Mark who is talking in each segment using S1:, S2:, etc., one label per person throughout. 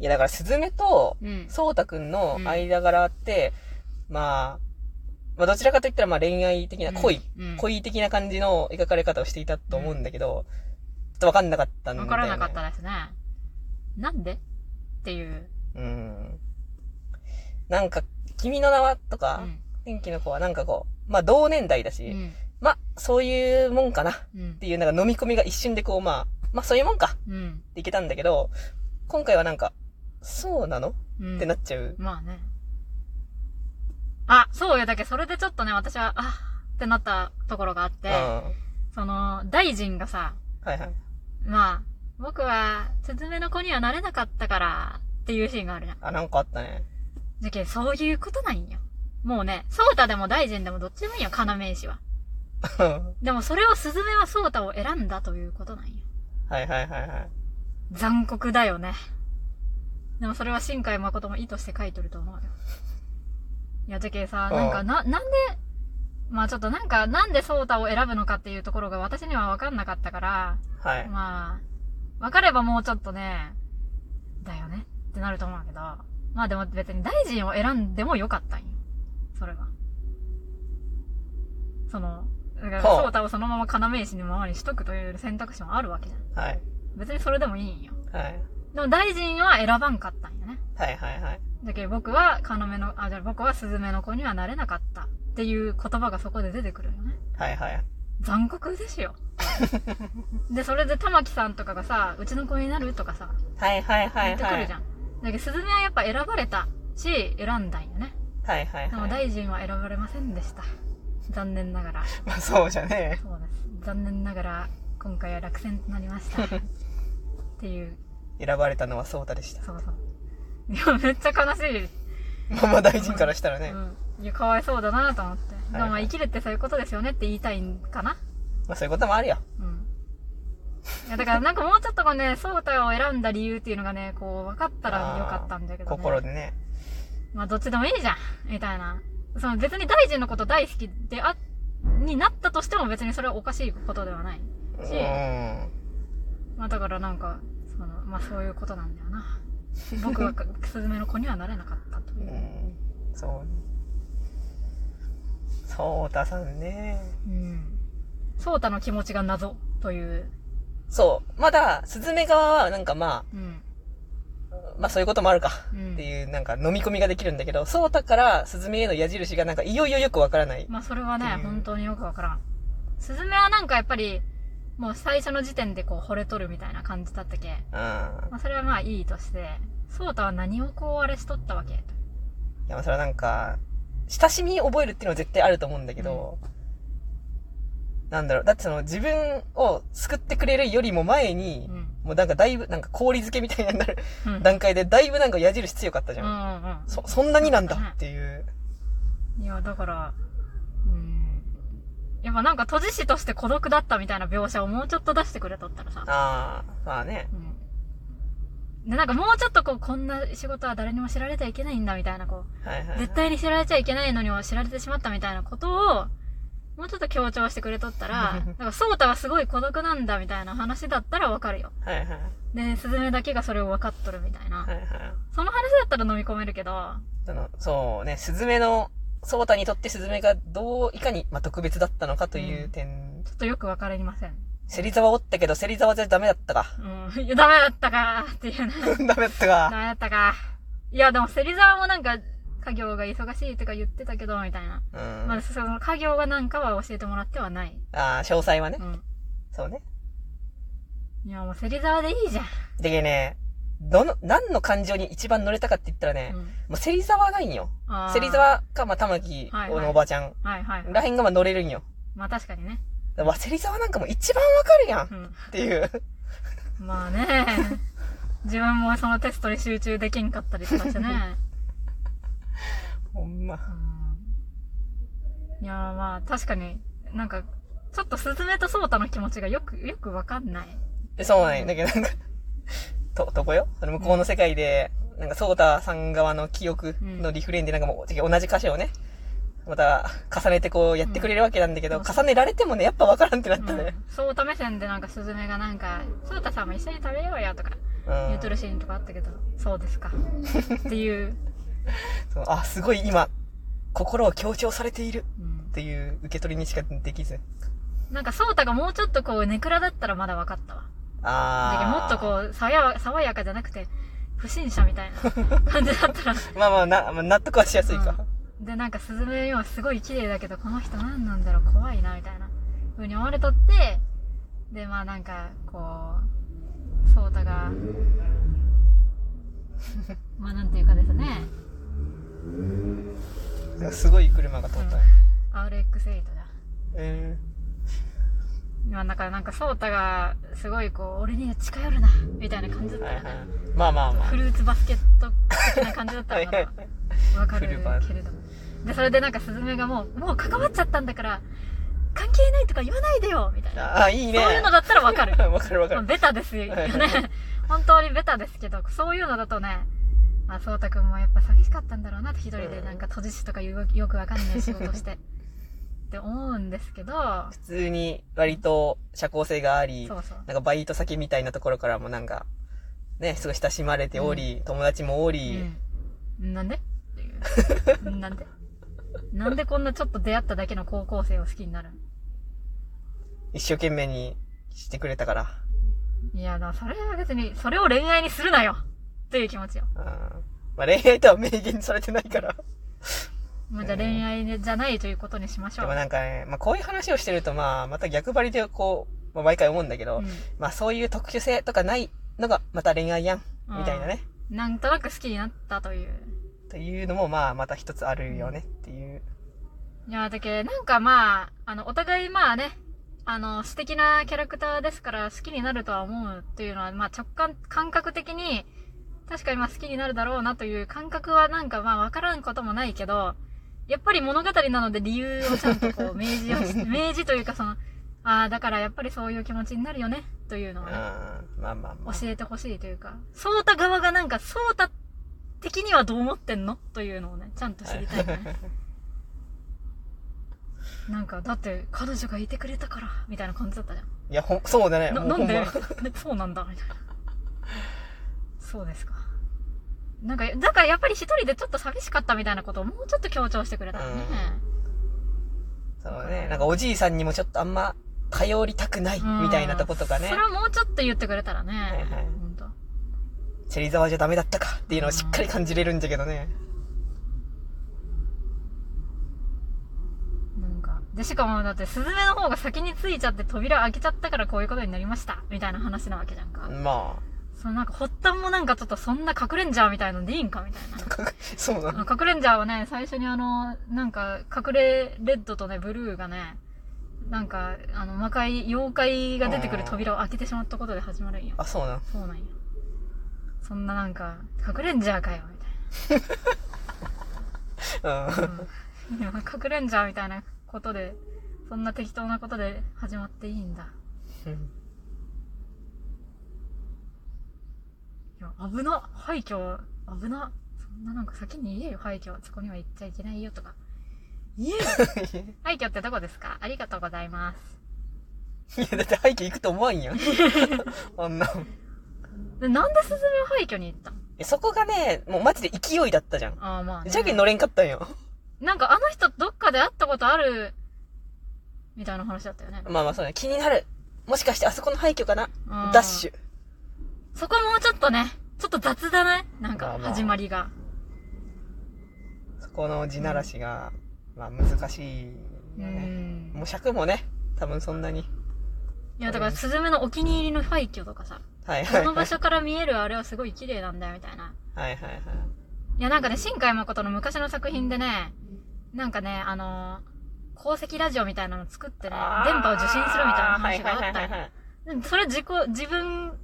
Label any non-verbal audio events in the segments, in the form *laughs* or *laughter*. S1: いや、だから、スズメと、
S2: うん。
S1: そうたくんの間柄って、まあ、まあ、どちらかといったら、まあ、恋愛的な、恋、
S2: うん、
S1: 恋的な感じの描かれ方をしていたと思うんだけど、ちょっとわかんなかったんだよ
S2: わ
S1: ね。
S2: からなかったですね。なんでっていう。
S1: うん。なんか、君の名はと
S2: う
S1: か、
S2: ん。
S1: 天気の子はなんかこう、まあ同年代だし、
S2: うん。
S1: まあそういうもんかなっ
S2: うん。
S1: ていうなんか飲み込みが一瞬でこうまあ、まあそういうもんか
S2: うん。
S1: っていけたんだけど、今回はなんか、そうなのっ
S2: うん。
S1: てなっちゃう。
S2: まあね。あ、そうよ。だけどそれでちょっとね、私は、あってなったところがあっ
S1: う
S2: て
S1: ん。、はい
S2: その、大臣がさ、
S1: はい。
S2: まあ、僕は、スズメの子にはなれなかったから、っていうシーンがあるじゃん。
S1: あ、なんかあったね。 *laughs*
S2: じゃけんそういうことなんよ。もうね、ソータでも大臣でもどっちでもいいよ、要石は。
S1: は
S2: でもそれをスズメはソータを選んだということなんよ。
S1: いはいはいはい。
S2: 残酷だよね。でもそれは新海誠も意図して書いとると思うよ。いや、じゃけさ、なん
S1: あ
S2: か
S1: あ
S2: な、なんで、まあちょっとなんか、なんでソータを選ぶのかっていうところが私には分かんなかったから、
S1: はい。
S2: まあ、分かればもうちょっとね、だよねってなると思うけど、まあでも別に大臣を選んでもよかったんよ。それは。その、だから
S1: ほう
S2: ソータをそのまま要石のままにしとくという選択肢もあるわけじゃん。
S1: はい。
S2: 別にそれでもいいんよ。
S1: はい。
S2: でも大臣は選ばんかったんよね。
S1: はいはいはい。
S2: だけど僕は、かのめの、あ、じゃあ僕はスズメの子にはなれなかったっていう言葉がそこで出てくるよね。
S1: はいはい。
S2: 残酷です
S1: *laughs*
S2: よ。で、それで玉木さんとかがさ、うちの子になるとかさ、
S1: はいはいは
S2: 言
S1: い
S2: ってく
S1: は
S2: る
S1: い
S2: じゃ。ん。だけどスズメはやっぱ選ばれたし、選んだんよね。
S1: はいはい
S2: でも
S1: はい。
S2: 大臣は選ばれませんでした。残念ながら。
S1: まあそうじゃね
S2: そうです。残念ながら、今回は落選となり
S1: *laughs*
S2: ました。っていう、
S1: え。選ばれたのはそうたでした。
S2: そうそう。いや、めっちゃ悲しい。
S1: まあまあ大臣からしたらね。
S2: うん、いやかわいそうだなと思って、
S1: い
S2: でもまあ生きるってそういうことですよねって言いたいんかな
S1: まあそういうこともあるよ。
S2: うんいやだからなんかもうちょっとこうね *laughs* 相対を選んだ理由っていうのがねこう分かったらよかったんだけど、ね、
S1: 心でね。
S2: まあどっちでもいいじゃんみたいなその別に大臣のこと大好きであになったとしても別にそれはおかしいことではない、
S1: うん。
S2: しまあ、だからなんかそのまあそういうことなんだよな僕はかスズメの子にはなれなかったというう、
S1: んそう。そうたさんね。
S2: うん、ソータの気持ちが謎という
S1: そう。まだ、スズメ側は、なんかま
S2: うん
S1: あ、まあそういうこともあるか。
S2: うん
S1: っていう、なんか飲み込みができるんだけど、そうたから、スズメへの矢印がなんか、いよいよよくわからない。
S2: まあそれはね
S1: う、ん
S2: 本当によくわからん。スズメはなんかやっぱり、もう最初の時点でこう惚れとるみたいな感じだったけ。
S1: うん。
S2: まあそれはまあいいとして、ソータは何をこうあれしとったわけと
S1: いや、まあそれはなんか、親しみを覚えるっていうのは絶対あると思うんだけど、なんだろう。だってその、自分を救ってくれるよりも前に、
S2: うん。
S1: もうなんかだいぶ、なんか氷漬けみたいになる *laughs*
S2: うん。
S1: 段階で、だいぶなんか矢印強かったじ
S2: う
S1: ゃん。
S2: ん
S1: そ、そんなになんだっていう。
S2: うん。いや、だから、うん。やっぱなんか都知事として孤独だったみたいな描写をもうちょっと出してくれとったらさ。
S1: ああ、まあね。
S2: うん。で、なんかもうちょっとこう、こんな仕事は誰にも知られてはいけないんだみたいなこう、
S1: はいはいはい。
S2: 絶対に知られちゃいけないのには知られてしまったみたいなことを、もうちょっと強調してくれとっ
S1: *laughs*
S2: たら、だから、ソータはすごい孤独なんだみたいな話だったらわかるよ。
S1: はいはい。
S2: で、スズメだけがそれを分かっとるみたいな
S1: は。いはい。
S2: その話だったら飲み込めるけど、
S1: その、そうね、スズメの、ソータにとってスズメがどう、いかに、まあ、特別だったのかという点。
S2: ちょっとよく分かりません。
S1: 芹沢おったけど、芹沢じゃダメだったか。 *laughs*
S2: うん。いや、ダメだったかーっていうね。
S1: ダメだったか。
S2: ダメだったかー。いや、でも、芹沢もなんか、家業が忙しいとか言ってたけど、みたいな。
S1: うん。
S2: ま
S1: あ
S2: あ、その家業がなんかは教えてもらってはない。
S1: あー、詳細はね
S2: う。ん。
S1: そうね。
S2: いや、もう芹沢でいいじゃん。
S1: でね、どの、何の感情に一番乗れたかって言ったらね、
S2: う
S1: も
S2: ん。
S1: う芹沢がいいんよ。
S2: あー
S1: 芹。沢か、まあ、玉木
S2: はいはい
S1: のおばちゃん。
S2: はいはい。
S1: らへんがまあ乗れるんよ。
S2: まあ確かにね。
S1: だから芹沢なんかもう一番わかるやんっ
S2: うん。
S1: て
S2: *laughs*
S1: いう。
S2: まあね。自分もそのテストに集中できんかったりとかしてね。
S1: ほんま。
S2: うん、いやーまあ確かになんか、ちょっとスズメとソータの気持ちがよく、よくわかんない。
S1: そうなんやだけどなんか、と、どこよその向こうの世界で、なんか、ソータさん側の記憶のリフレインで、なんかもう、てか同じ歌詞をね、また、重ねてこうやってくれるわけなんだけど、
S2: うん
S1: 重ねられてもね、やっぱわからんってな
S2: う
S1: っ
S2: ん
S1: たね。、
S2: ソータ目線でなんかスズメがなんか、ソータさんも一緒に食べようよとか、
S1: うん
S2: 言うとるシーンとかあったけど、そうですか。っていう、
S1: そうあ、すごい今、心を強調されている
S2: うん
S1: っていう受け取りにしかできず。
S2: なんか、ソータがもうちょっとこう、ネクラだったらまだ分かったわ。だけど
S1: ああ。
S2: もっとこう、爽や爽やかじゃなくて、不審者みたいな感じだったら。
S1: まあまあ、な、まあ、納得はしやすいか。
S2: で、なんか、スズメはすごい綺麗だけど、この人何なんだろう、怖いな、みたいな、風に思われとって、で、まあなんか、こう、ソータが、 *laughs* まあなんていうかですね、
S1: すごい車が通った。
S2: RX8 だ。
S1: え
S2: まあだからなんか、ソータが、すごいこう、俺には近寄るな、みたいな感じだ
S1: ー
S2: っ
S1: は
S2: た
S1: い
S2: よ
S1: は
S2: ね。
S1: い。まあまあま
S2: フルーツバスケット的な感じだ
S1: あ。
S2: った
S1: は
S2: の
S1: い
S2: か
S1: はい
S2: な。わかるけれど
S1: フル
S2: でそれでなんかスズメがもうもう関わっちゃったんだから関係ないとか言わないでよみたいな
S1: *laughs* ああ、いいね。
S2: そういうのだったらわ
S1: *laughs*
S2: かる
S1: わかるわか
S2: まあ
S1: る。
S2: ベタですよ
S1: は
S2: ね
S1: い
S2: 本当にベタですけどそういうのだとねまあ、そうたくんもやっぱ寂しかったんだろうなって一人でなんか閉じ師とかいうよくわかんない仕事してって思うんですけど
S1: 普通に割と社交性があり、
S2: そうそう
S1: なんかバイト先みたいなところからもなんか、ね、すごい親しまれており、友達もおり、
S2: う
S1: *laughs*
S2: ん、なんでっていうなんでなんでこんなちょっと出会っただけの高校生を好きになるの
S1: 一生懸命にしてくれたから。
S2: いや、だからそれは別に、それを恋愛にするなよっていう気持ちよ。
S1: うんまあ、恋愛とは明言されてないから。
S2: まあ、じゃあ
S1: うん
S2: 恋愛ねじゃないということにしまし
S1: で
S2: ょう。
S1: もなんかね、まあこういう話をしてるとまあ、また逆張りでこう、まあ毎回思うんだけど、
S2: う
S1: まあそういう特殊性とかないのがまた恋愛やん、みたいなね。
S2: ん、なんとなく好きになったという。
S1: というのもまあまた一つあるよねっていう。
S2: いや、だけどなんかまあ、あの、お互いまあね、あの、素敵なキャラクターですから好きになるとは思うっていうのは、まあ直感、感覚的に、確かにまあ好きになるだろうなという感覚はなんかまあわからんこともないけど、やっぱり物語なので理由をちゃんとこう明示をし、明示というかその、ああ、だからやっぱりそういう気持ちになるよねというの
S1: うん、
S2: はね、
S1: まあまあまあ。
S2: 教えてほしいというか、ソータ側がなんか、ソータ的にはどう思ってんのというのをね、ちゃんと知りたいね。なんか、だって、彼女がいてくれたから、みたいな感じだったじ
S1: いや、ほん、そうだね。
S2: ゃん。
S1: もう
S2: な、な
S1: ほ
S2: んで *laughs*
S1: ま
S2: そうなんだ、みたいな。そうですか。なんか、だからやっぱり一人でちょっと寂しかったみたいなことをもうちょっと強調してくれたらね。
S1: そうね。なんかおじいさんにもちょっとあんま頼りたくない
S2: うん
S1: みたいなとことかね
S2: それ。をもうちょっと言ってくれたらね。
S1: いはい
S2: ほんと
S1: チェリザワじゃダメだったかっていうのをしっかり感じれるんだけどね。
S2: なんか。で、しかもだって、スズメの方が先についちゃって扉開けちゃったからこういうことになりました。みたいな話なわけじゃんか。
S1: ま
S2: そのなんか発端もなんかちょっとそんな隠れんじゃーみたいのでいいんかみたいな
S1: あ。。 *laughs* かそうな
S2: あ
S1: の
S2: の、。隠れんじゃーはね、最初にあの、なんか、隠れレッドとね、ブルーがね、なんか、あの、魔界、妖怪が出てくる扉を開けてしまったことで始まるんよ。
S1: あ、そうなの。
S2: そうなんよ。そんななんか、隠れんじゃーかよ、みたいな。
S1: うん。
S2: うん *laughs* でも隠れんじゃーみたいなことで、そんな適当なことで始まっていいんだ。
S1: うん
S2: いや、危な廃墟、危なそんななんか先に言えよ、廃墟。そこには行っちゃいけないよとか。言え
S1: *laughs*
S2: よ廃墟ってどこですかありがとうございます。
S1: いや、だって背景行くと思わん
S2: *laughs*
S1: やん。あんな。
S2: でなんでスズメは廃墟に行ったの
S1: えそこがね、もうマジで勢いだったじゃん。
S2: ああ、まあ、ね。
S1: じゃけん乗れんかったんよ。
S2: なんかあの人どっかで会ったことある、みたいな話だったよね。
S1: まあまあそうね。気になる。もしかしてあそこの廃墟かな
S2: うん
S1: ダッシュ。
S2: そこもうちょっとね、ちょっと雑だね。なん
S1: まあ
S2: か
S1: まあ
S2: 始まりが。
S1: そこの地ならしが、まあ難しいよね。
S2: うん。
S1: もう尺もね、多分そんなに。
S2: いや、だからスズメのお気に入りの廃墟とかさ、
S1: はいは
S2: こ
S1: いは
S2: の
S1: い。
S2: 場所から見えるあれはすごい綺麗なんだよ、みたいな。
S1: はいはいはい。
S2: いや、なんかね、新海誠の昔の作品でね、なんかね、あのー、鉱石ラジオみたいなの作ってね、電波を受信するみたいな話があったよ。
S1: はいはいはいはい
S2: でそれ自己、自分、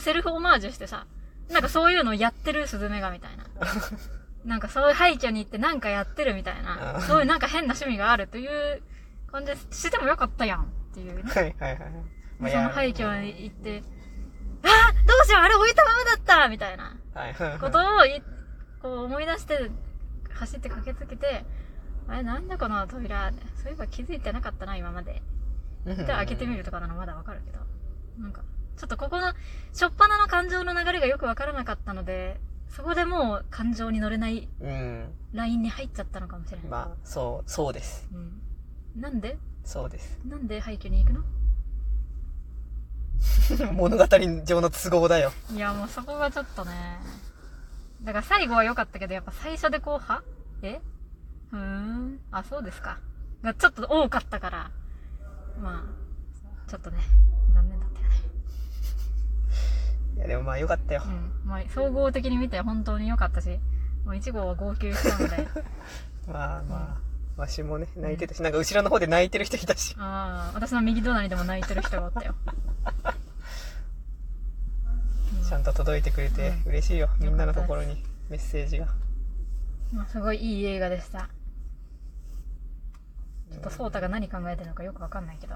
S2: セルフオマージュしてさ、なんかそういうのやってるスズメがみ
S1: *laughs*
S2: たいな。なんかそういう廃墟に行ってなんかやってるみたい
S1: あ
S2: な、
S1: ー
S2: そういうなんか変な趣味があるという感じでしてもよかったやんっていうね。
S1: はいはいはい。まあ
S2: その廃墟に行って、あーどうしようあれ置いたままだったみたいな。
S1: はいはいはい
S2: ことをいこう思い出して走って駆けつけてあれなんだこの扉そういえば気づいてなかったな今まで
S1: うん
S2: で開けてみるとかなのまだわかるけどなんかちょっとここの、初っ端の感情の流れがよくわからなかったので、そこでもう感情に乗れない
S1: うん。
S2: ラインに入っちゃったのかもしれない。
S1: まあ、そう、そうです。
S2: うん。なんで
S1: そうです。
S2: なんで廃墟に行くの
S1: 物語上の都合だよ。
S2: いや、もうそこがちょっとね。だから最後は良かったけど、やっぱ最初でこう、はえふーん。あ、そうですか。がちょっと多かったから。まあ、ちょっとね、残念だったよね。
S1: いや、でもまあよかったよ
S2: う。ん。まあ、総合的に見て本当に良かったし、もう1号は号泣したので。
S1: まあまあ、わしもね、泣いてたし、なんか後ろの方で泣いてる人いたし。
S2: ああ、私の右隣でも泣いてる人がおったよ。
S1: ちゃんと届いてくれて
S2: う
S1: 嬉しいよ。
S2: うん
S1: みんなのところにメッセージが。
S2: まあ、すごいいい映画でした。ちょっとソータが何考えてるのかよくわかんないけど。